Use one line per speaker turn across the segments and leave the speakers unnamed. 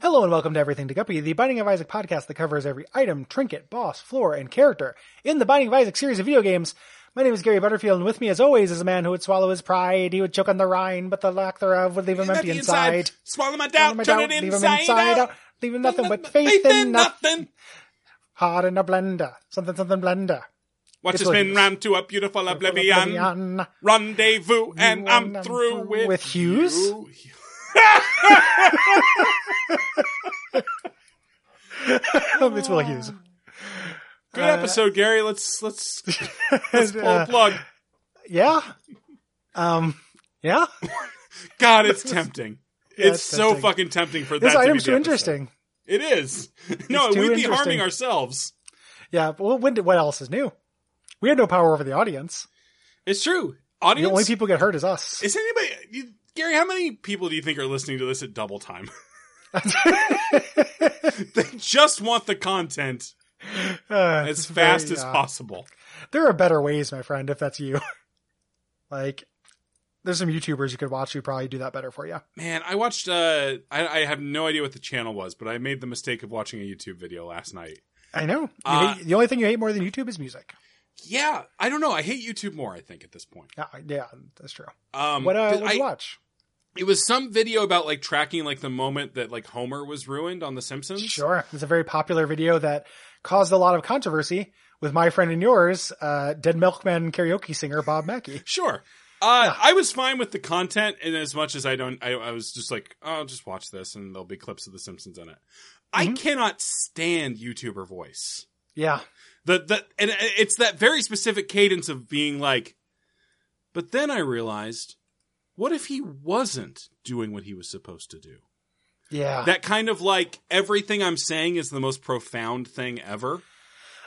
Hello and welcome to Everything to Guppy, the Binding of Isaac podcast that covers every item, trinket, boss, floor, and character in the Binding of Isaac series of video games. My name is Gary Butterfield, and with me, as always, is a man who would swallow his pride. He would choke on the rind, but the lack thereof would leave him empty
Empty
inside.
Swallow my
Turn
doubt,
him
turn
out, leave
it
him
inside,
inside
out.
out, leaving nothing but
Nothing
faith in nothing.
nothing.
Hard in a blender, something, something blender.
Watch
It's
us
what it
spin
is.
round to a beautiful oblivion.
Oblivion.
Rendezvous, and
and
I'm
I'm
through
through
with,
with Hughes?
you.
it's Will Hughes.
Good
Uh,
episode, Gary. Let's let's let's pull a plug.
yeah. Um, yeah.
God, it's tempting.
Yeah,
it's
it's
so
tempting.
fucking tempting for
This
that. to be
item's
the
too
episode.
interesting.
It is. no,
It's too
we'd be
interesting.
harming ourselves.
Yeah. But what- when did, what else is new? We had no power over the audience.
It's true.
The only
Audience,
people get hurt is us.
is anybody? You, Gary, how many people do you think are listening to this at double time? they just want the content
Uh,
as
it's very,
fast as
uh,
possible.
There are better ways, my friend, if that's you. like, there's some YouTubers you could watch who probably do that better for you.
Man, I watched. Uh, I, I have no idea what the channel was, but I made the mistake of watching a YouTube video last night.
I know. You
Uh,
hate, the only thing you hate more than YouTube is music.
Yeah, I don't know. I hate YouTube more. I think at this point.
Yeah, yeah, that's true.
Um,
what uh,
'cause
what
I-
you watch?
it was some video about like tracking like the moment that like Homer was ruined on The Simpsons.
Sure, it's a very popular video that caused a lot of controversy with my friend and yours, uh, Dead Milkman karaoke singer Bob Mackey.
Sure. Uh, I was fine with the content in as much as I don't. I, I was just like, oh, I'll just watch this, and there'll be clips of The Simpsons in it. I
Mhm.
cannot stand YouTuber voice.
Yeah,
The the and it's that very specific cadence of being like, but then I realized, what if he wasn't doing what he was supposed to do?
yeah.
That kind of like everything I'm saying is the most profound thing ever.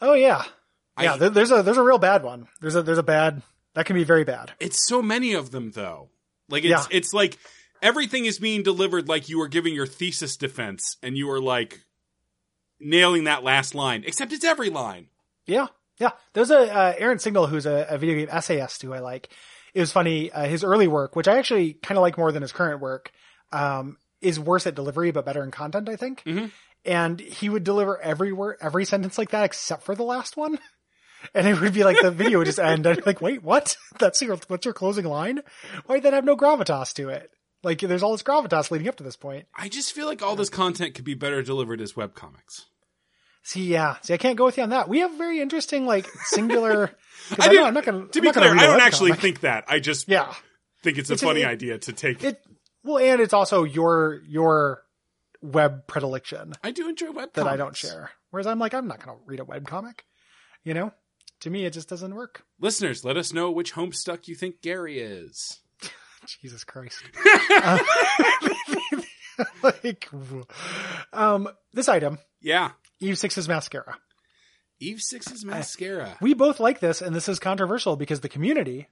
oh yeah, yeah.
I-
there- there's a there's a real bad one. There's a there's a bad that can be very bad.
It's so many of them though. Like it's it's like everything is being delivered like you are giving your thesis defense and you are like nailing that last line. Except it's every line.
Yeah, yeah. There's a uh, Aaron Signal who's a, a video game essayist who I like. It was funny. Uh, his early work, which I actually kind of like more than his current work, um, is worse at delivery but better in content, I think.
Mhm.
And he would deliver every word, every sentence like that except for the last one. And it would be like the video would just end. And like, wait, what? That's your what's your closing line? Why did that have no gravitas to it? Like, there's all this gravitas leading up to this point.
I just feel like all this content could be better delivered as webcomics.
See, yeah, see, I can't go with you on that. We have very interesting, like, singular. 'cause
I
I
do-
am not gonna,
To
I'm
be
not gonna
clear,
read
I
a
don't
webcomic.
actually think that. I just
Yeah,
think it's a
It's-
funny
it-
idea to take.
it. Well, and it's also your your web predilection
I do enjoy web
that I
comics.
don't share. Whereas I'm like, I'm not going to read a web comic. You know, to me, it just doesn't work.
Listeners, let us know which homestuck you think Gary is.
Jesus Christ. Uh, like, um, this item,
Yeah,
Eve Six's mascara.
Eve Six's mascara.
We both like this, and this is controversial because the community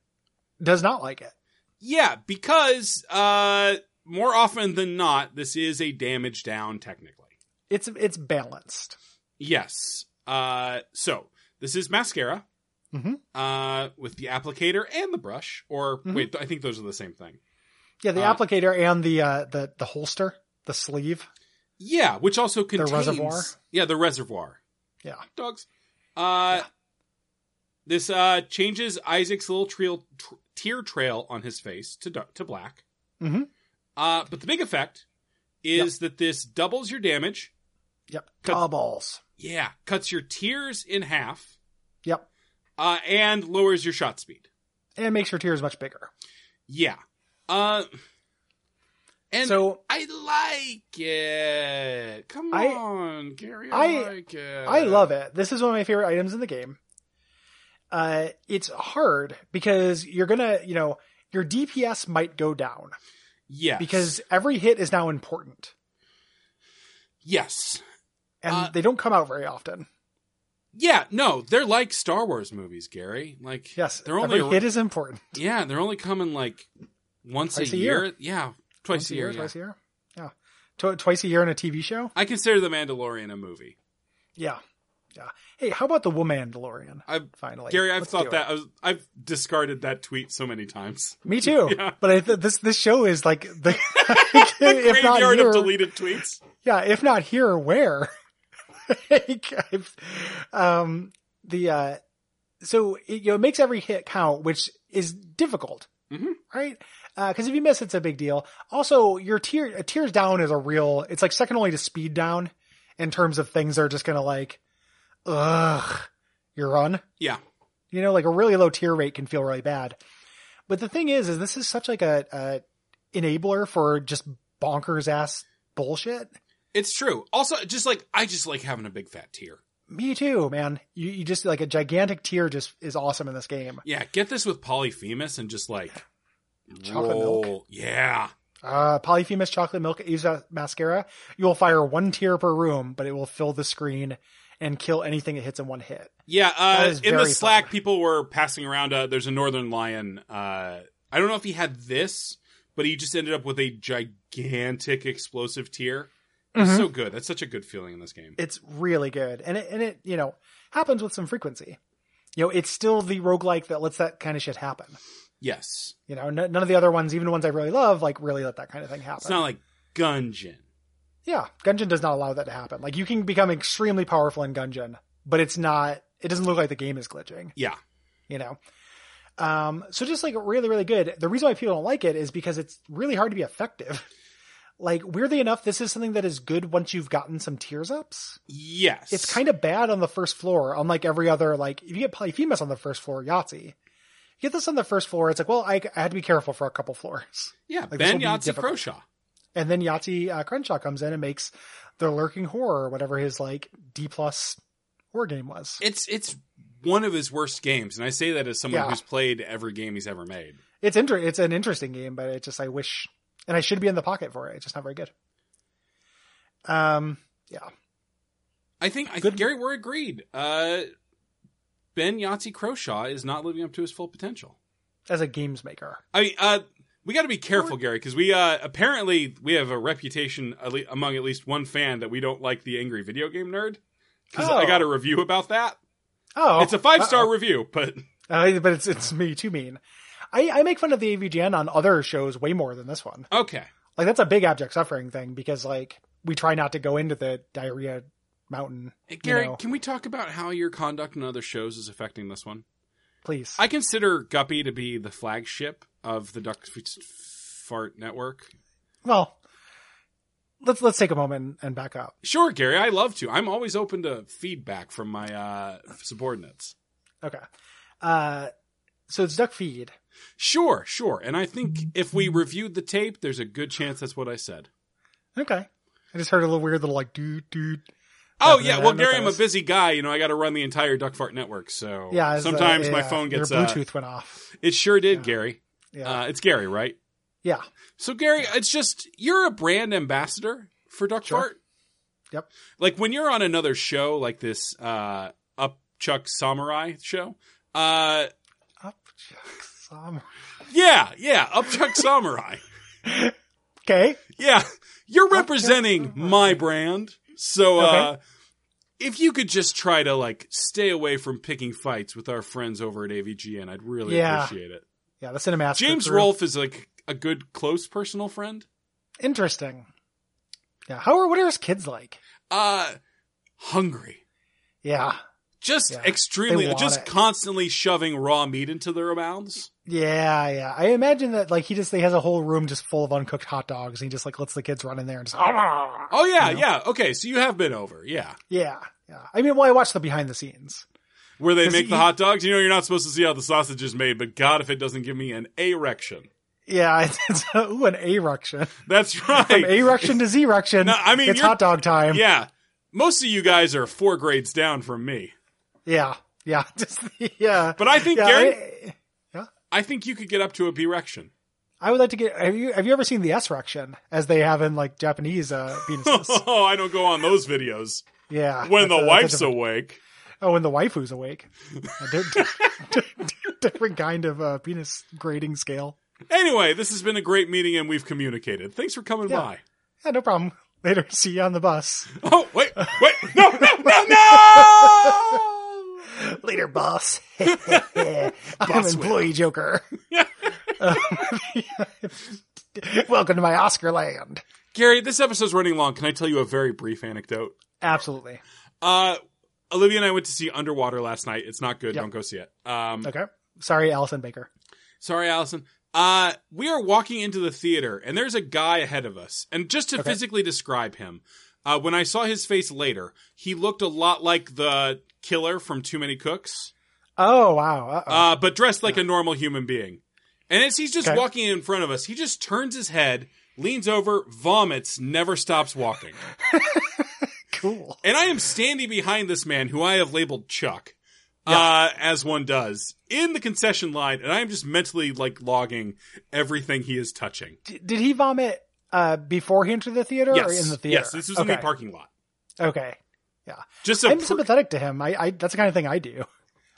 does not like it.
yeah, because uh, more often than not, this is a damage down technically.
It's it's balanced.
Yes. Uh, so this is mascara
Mhm.
uh, with the applicator and the brush. Or
Mhm.
wait, I think those are the same thing.
Yeah, the
Uh,
applicator and the uh, the the holster, the sleeve.
Yeah, which also contains
reservoir?
Yeah, the reservoir.
Yeah.
dogs. Uh, this uh changes Isaac's little trail, tr- tear trail on his face to du- to black.
Mhm.
Uh, but the big effect is that this doubles your damage.
Yep,
Cut-
doubles.
Yeah, cuts your tears in half.
Yep,
Uh, and lowers your shot speed.
and it makes your tears much bigger.
Yeah. Uh, and
so
I like it. Come
I-
on, Gary. I,
I-
like it.
I love it. This is one of my favorite items in the game. Uh, it's hard because you're gonna, you know, your DPS might go down
Yes.
because every hit is now important,
yes.
and
Uh,
they don't come out very often.
Yeah, no, they're like Star Wars movies, Gary. Like
Yes,
they're only
every hit is important.
Yeah, they're only coming like once
Twice
a,
a
year.
year.
Yeah, twice a year. yeah.
twice a year. Yeah, Tw- twice a year in a TV show.
I consider The Mandalorian a movie.
Yeah, yeah. Hey, how about the Woman Mandalorian?
I
Finally,
Gary, I've
Let's do
thought
it.
that I was, I've discarded that tweet so many times.
Me too.
Yeah.
But I th- this this show is like the
The
if not
graveyard
you,
of deleted tweets.
yeah, if not here, where? like, I've- um, the uh, so it, you know it makes every hit count, which is difficult,
Mhm.
right? Because if you miss, it's a big deal. Also, your tier uh, tears down is a real. It's like second only to speed down in terms of things that are just gonna like, ugh, you're on.
Yeah.
You know, like a really low tier rate can feel really bad. But the thing is, is this is such like a, a enabler for just bonkers ass bullshit.
It's true. Also, just like I just like having a big fat tier.
Me too, man. You, you just like a gigantic tier just is awesome in this game.
Yeah, get this with Polyphemus and just like
Chocolate
roll.
milk.
Yeah,
Uh, Polyphemus Chocolate Milk Use Mascara. You will fire one tier per room, but it will fill the screen and kill anything it hits in one hit.
yeah. Uh,
is
in the
very
Slack,
fun.
people were passing around. Uh, there's a Northern Lion. Uh, I don't know if he had this, but he just ended up with a gigantic explosive tier.
Mm-hmm.
It's so good. That's such a good feeling in this game.
It's really good. And it, and it, you know, happens with some frequency. You know, it's still the roguelike that lets that kind of shit happen.
yes,
You know, n- none of the other ones, even the ones I really love, like really let that kind of thing happen.
it's not like Gungeon.
yeah, Gungeon does not allow that to happen. Like you can become extremely powerful in Gungeon, but it's not. It doesn't look like the game is glitching.
Yeah.
you know. Um, so just like really, really good. The reason why people don't like it is because it's really hard to be effective. like weirdly enough, this is something that is good once you've gotten some tiers ups.
Yes,
It's kind of bad on the first floor, unlike every other. Like if you get Polyphemus on the first floor, Yahtzee. You get this on the first floor, it's like, well, I, I had to be careful for a couple floors.
yeah.
this
ben
will be
Yahtzee
difficult.
Croshaw.
And then Yahtzee uh, Crenshaw comes in and makes the lurking horror or whatever his like D plus horror game was.
It's it's one of his worst games, and I say that as someone
Yeah.
who's played every game he's ever made.
It's inter- it's an interesting game, but it just I wish and I should be in the pocket for it. It's just not very good. Um,
I think I
Good-
Gary Ware agreed. Uh, ben Yahtzee Croshaw is not living up to his full potential.
as a games maker,
I mean, uh, we got to be careful, Gary, because we uh, apparently we have a reputation at le- among at least one fan that we don't like the angry video game nerd. Because I
Oh.
got a review about that.
oh,
it's a five star
uh-oh.
review, but
Uh, but it's it's me too mean. I, I make fun of the AVGN on other shows way more than this one.
okay,
Like that's a big abject suffering thing because like we try not to go into the diarrhea mountain.
Hey, Gary,
know.
can we talk about how your conduct in other shows is affecting this one?
Please,
I consider Guppy to be the flagship of the Duck F- Fart Network.
well, let's let's take a moment and back up.
Sure, Gary, I love to. I'm always open to feedback from my uh, subordinates.
Okay, uh, so it's duck feed.
Sure, sure. And I think if we reviewed the tape, there's a good chance that's what I said.
Okay, I just heard a little weird little like dude dude
Oh
Definitely,
yeah,
I
well
don't know
Gary,
if
I'm
that
a
was-
busy guy. You know, I got to run the entire Duck Fart Network, so
Yeah, it's, uh,
sometimes my
yeah,
phone gets.
your
Uh,
Bluetooth went off.
it sure did,
Yeah.
Gary.
Yeah,
Uh, it's Gary, right?
yeah,
So Gary, it's just you're a brand ambassador for Duck
Sure.
Fart.
Yep.
Like when you're on another show like this uh Upchuck Samurai show, uh
up Chuck Summer.
yeah, yeah, Upchuck Samurai.
Okay,
Yeah, you're
just
representing
over.
my brand. So uh if you could just try to like stay away from picking fights with our friends over at AVGN, I'd really
Yeah.
appreciate it.
yeah, the Cinemaster.
James
crew.
Rolfe is like a good close personal friend.
Interesting. Yeah, how are what are his kids like?
Uh hungry.
Yeah,
Just
Yeah, they
extremely
want
just
it.
constantly shoving raw meat into their mouths.
yeah, yeah. I imagine that like he just he has a whole room just full of uncooked hot dogs, and he just like lets the kids run in there and just "Ah!"
Oh yeah,
You know?
yeah. Okay, so you have been over. Yeah.
yeah, yeah. I mean, well, I watched the behind the scenes.
Where they
Does
make
he
the
eat-
hot dogs, you know you're not supposed to see how the sausage is made, but god if it doesn't give me an erection.
Yeah, it's, it's ooh an erection
That's
from
right.
erection to zerection.
No, I mean,
it's
you're-
hot dog time.
Yeah. Most of you guys are four grades down from me.
yeah, yeah. Just the, yeah.
But I think
yeah,
Gary,
I-
I think you could get up to a erection.
I would like to get. Have you have you ever seen the S-rection as they have in like Japanese uh, penises?
Oh, I don't go on those videos.
yeah.
When
that's
the
a-
wife's
that's a,
awake.
oh, when the waifu's awake, A di- di- different kind of uh, penis grading scale.
Anyway, this has been a great meeting and we've communicated. Thanks for coming
Yeah.
by.
Yeah, no problem. Later, see you on the bus.
Oh, wait, wait. No, no, no, no!
Later, boss. I'm
Boss will.
employee joker. Um, welcome to my Oscar land.
Gary, this episode's running long. Can I tell you a very brief anecdote?
Absolutely.
Uh, Olivia and I went to see Underwater last night. It's not good.
Yep.
Don't go see it. Um,
Okay. Sorry, Allison Baker.
Sorry, Allison. Uh, we are walking into the theater, and there's a guy ahead of us. And just to
Okay.
physically describe him, uh, when I saw his face later, he looked a lot like the killer from Too Many Cooks,
Oh wow. Uh-oh.
uh, but dressed like a normal human being. And as he's just
Okay.
walking in front of us, he just turns his head, leans over, vomits, never stops walking.
cool.
And I am standing behind this man who I have labeled Chuck,
Yeah.
uh, as one does, in the concession line, and I am just mentally like logging everything he is touching.
D- did he vomit uh, before he entered the theater or in the theater?
Yes, this was
okay.
in the parking lot.
Okay.
Just a
I'm
per-
sympathetic to him. I, I that's the kind of thing I do.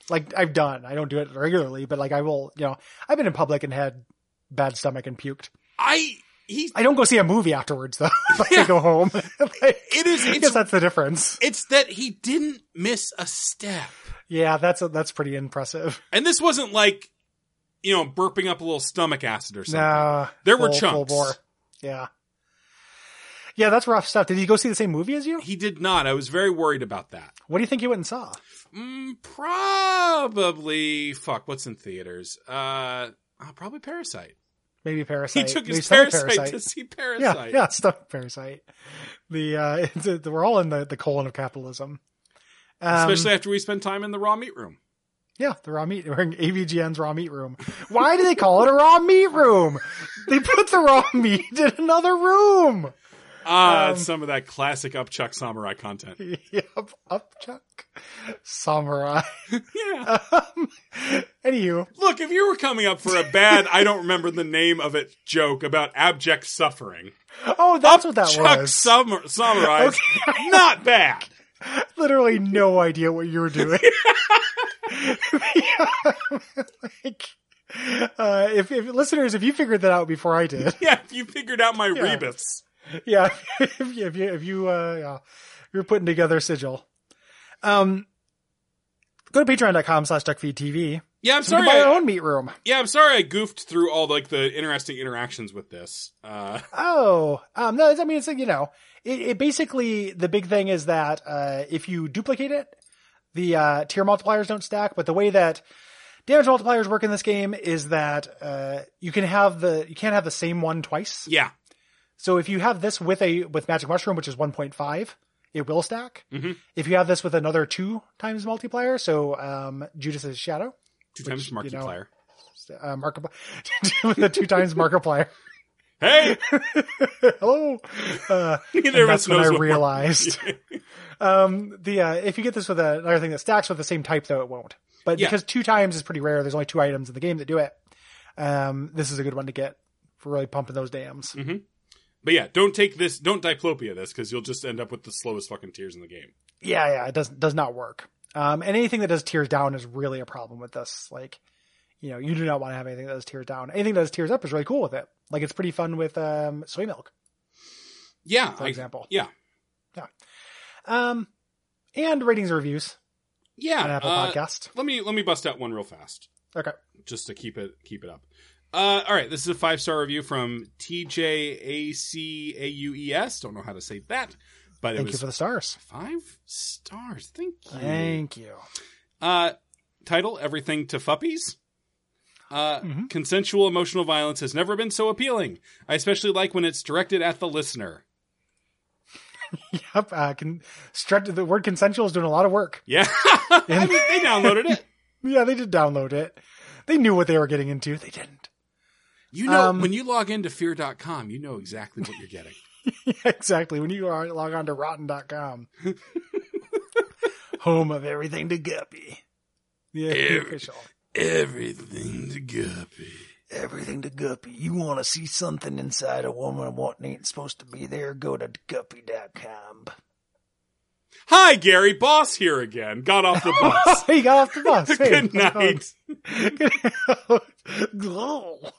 Like I've done. I don't do it regularly, but like I will. You know, I've been in public and had bad stomach and puked.
I he
I don't go see a movie afterwards though. like I go home. Like,
it is
I guess
it's,
that's the difference.
it's that he didn't miss a step.
Yeah, that's a, that's pretty impressive.
And this wasn't like you know, burping up a little stomach acid or something.
Nah,
There were
full- full
chunks.
bore. Yeah, yeah, that's rough stuff. Did he go see the same movie as you?
He did not. I was very worried about that.
What do you think he went and saw?
Mm, probably fuck, what's in theaters? Uh, uh probably Parasite.
Maybe
He
Parasite.
took
Maybe
his
some
parasite, to see
Yeah,
Parasite.
yeah, stuff Parasite. The uh, it's a- we're all in the the colon of capitalism. Um,
Especially after we spent time in the raw meat room.
yeah, the raw meat. We're in AVGN's raw meat room. Why do they call it a raw meat room? They put the raw meat in another room.
Ah,
Um,
some of that classic upchuck samurai content.
Yep, upchuck, samurai.
Yeah.
Um, anywho,
Look, if you were coming up for a bad, I don't remember the name of it joke about abject suffering,
oh, that's what that
Chuck
was.
summer- summarized, not bad.
Literally no idea what you were doing. like, uh, if, if listeners, if you figured that out before I did,
Yeah, if you figured out my
Yeah.
rebus.
yeah, if you, if you, if you, uh, yeah, you're putting together a sigil. Um, go to patreon.com slash duckfeedtv.
Yeah, I'm
So we
sorry.
can buy our
I,
own meat room.
yeah, I'm sorry. I goofed through all like the interesting interactions with this. Uh,
Oh, um, no, I mean, it's like, you know, it, it basically, the big thing is that, uh, if you duplicate it, the, uh, tier multipliers don't stack, but the way that damage multipliers work in this game is that, uh, you can have the, you can't have the same one twice.
yeah,
So if you have this with a, with magic mushroom, which is 1.5, it will stack.
Mhm.
If you have this with another two times multiplier, so, um, Judas's shadow,
two times
Which, you know-
Markiplier.
uh, Markiplier, with the two times Markiplier.
Hey,
Hello. Uh,
neither of
and
us
that's when I
knows what Mark-
realized. um, the uh, if you get this with a, another thing that stacks with the same type, though it won't. But
Yeah.
because two times is pretty rare, there's only two items in the game that do it. Um, this is a good one to get for really pumping those dams.
But yeah, don't take this. Don't diplopia this because you'll just end up with the slowest fucking tears in the game.
Yeah, yeah, it does does not work. Um, and anything that does tears down is really a problem with this. Like, you know, you do not want to have anything that does tears down. Anything that does tears up is really cool with it. Like, it's pretty fun with um, soy milk.
Yeah,
For
I-
example.
yeah.
Yeah. Um, and ratings and reviews
yeah.
on Apple
uh,
Podcast.
let me let me bust out one real fast.
Okay.
just to keep it keep it up. Uh, all right, this is a five star review from TJACAUES. E Don't know how to say that, but it
Thank you
was
for the stars.
five stars. Thank you.
Thank you.
Uh, title: Everything to Fuppies. Uh,
Mhm.
Consensual emotional violence has never been so appealing. I especially like when it's directed at the listener.
Yep, uh, can stretch the word consensual is doing a lot of work.
Yeah, I mean, they downloaded it.
Yeah, they did download it. They knew what they were getting into. They didn't.
You know,
Um,
when you log into fear.com, you know exactly what you're getting.
exactly. When you are, log on to rotten.com, home of everything to guppy. Yeah, the
Every-
official.
Everything to guppy.
everything to Guppy. You want to see something inside a woman what ain't supposed to be there? Go to guppy.com.
Hi, Gary. Boss here again. Got off the bus.
Hey, you got off the bus. Hey,
Good
how's it
night.
going? Glow.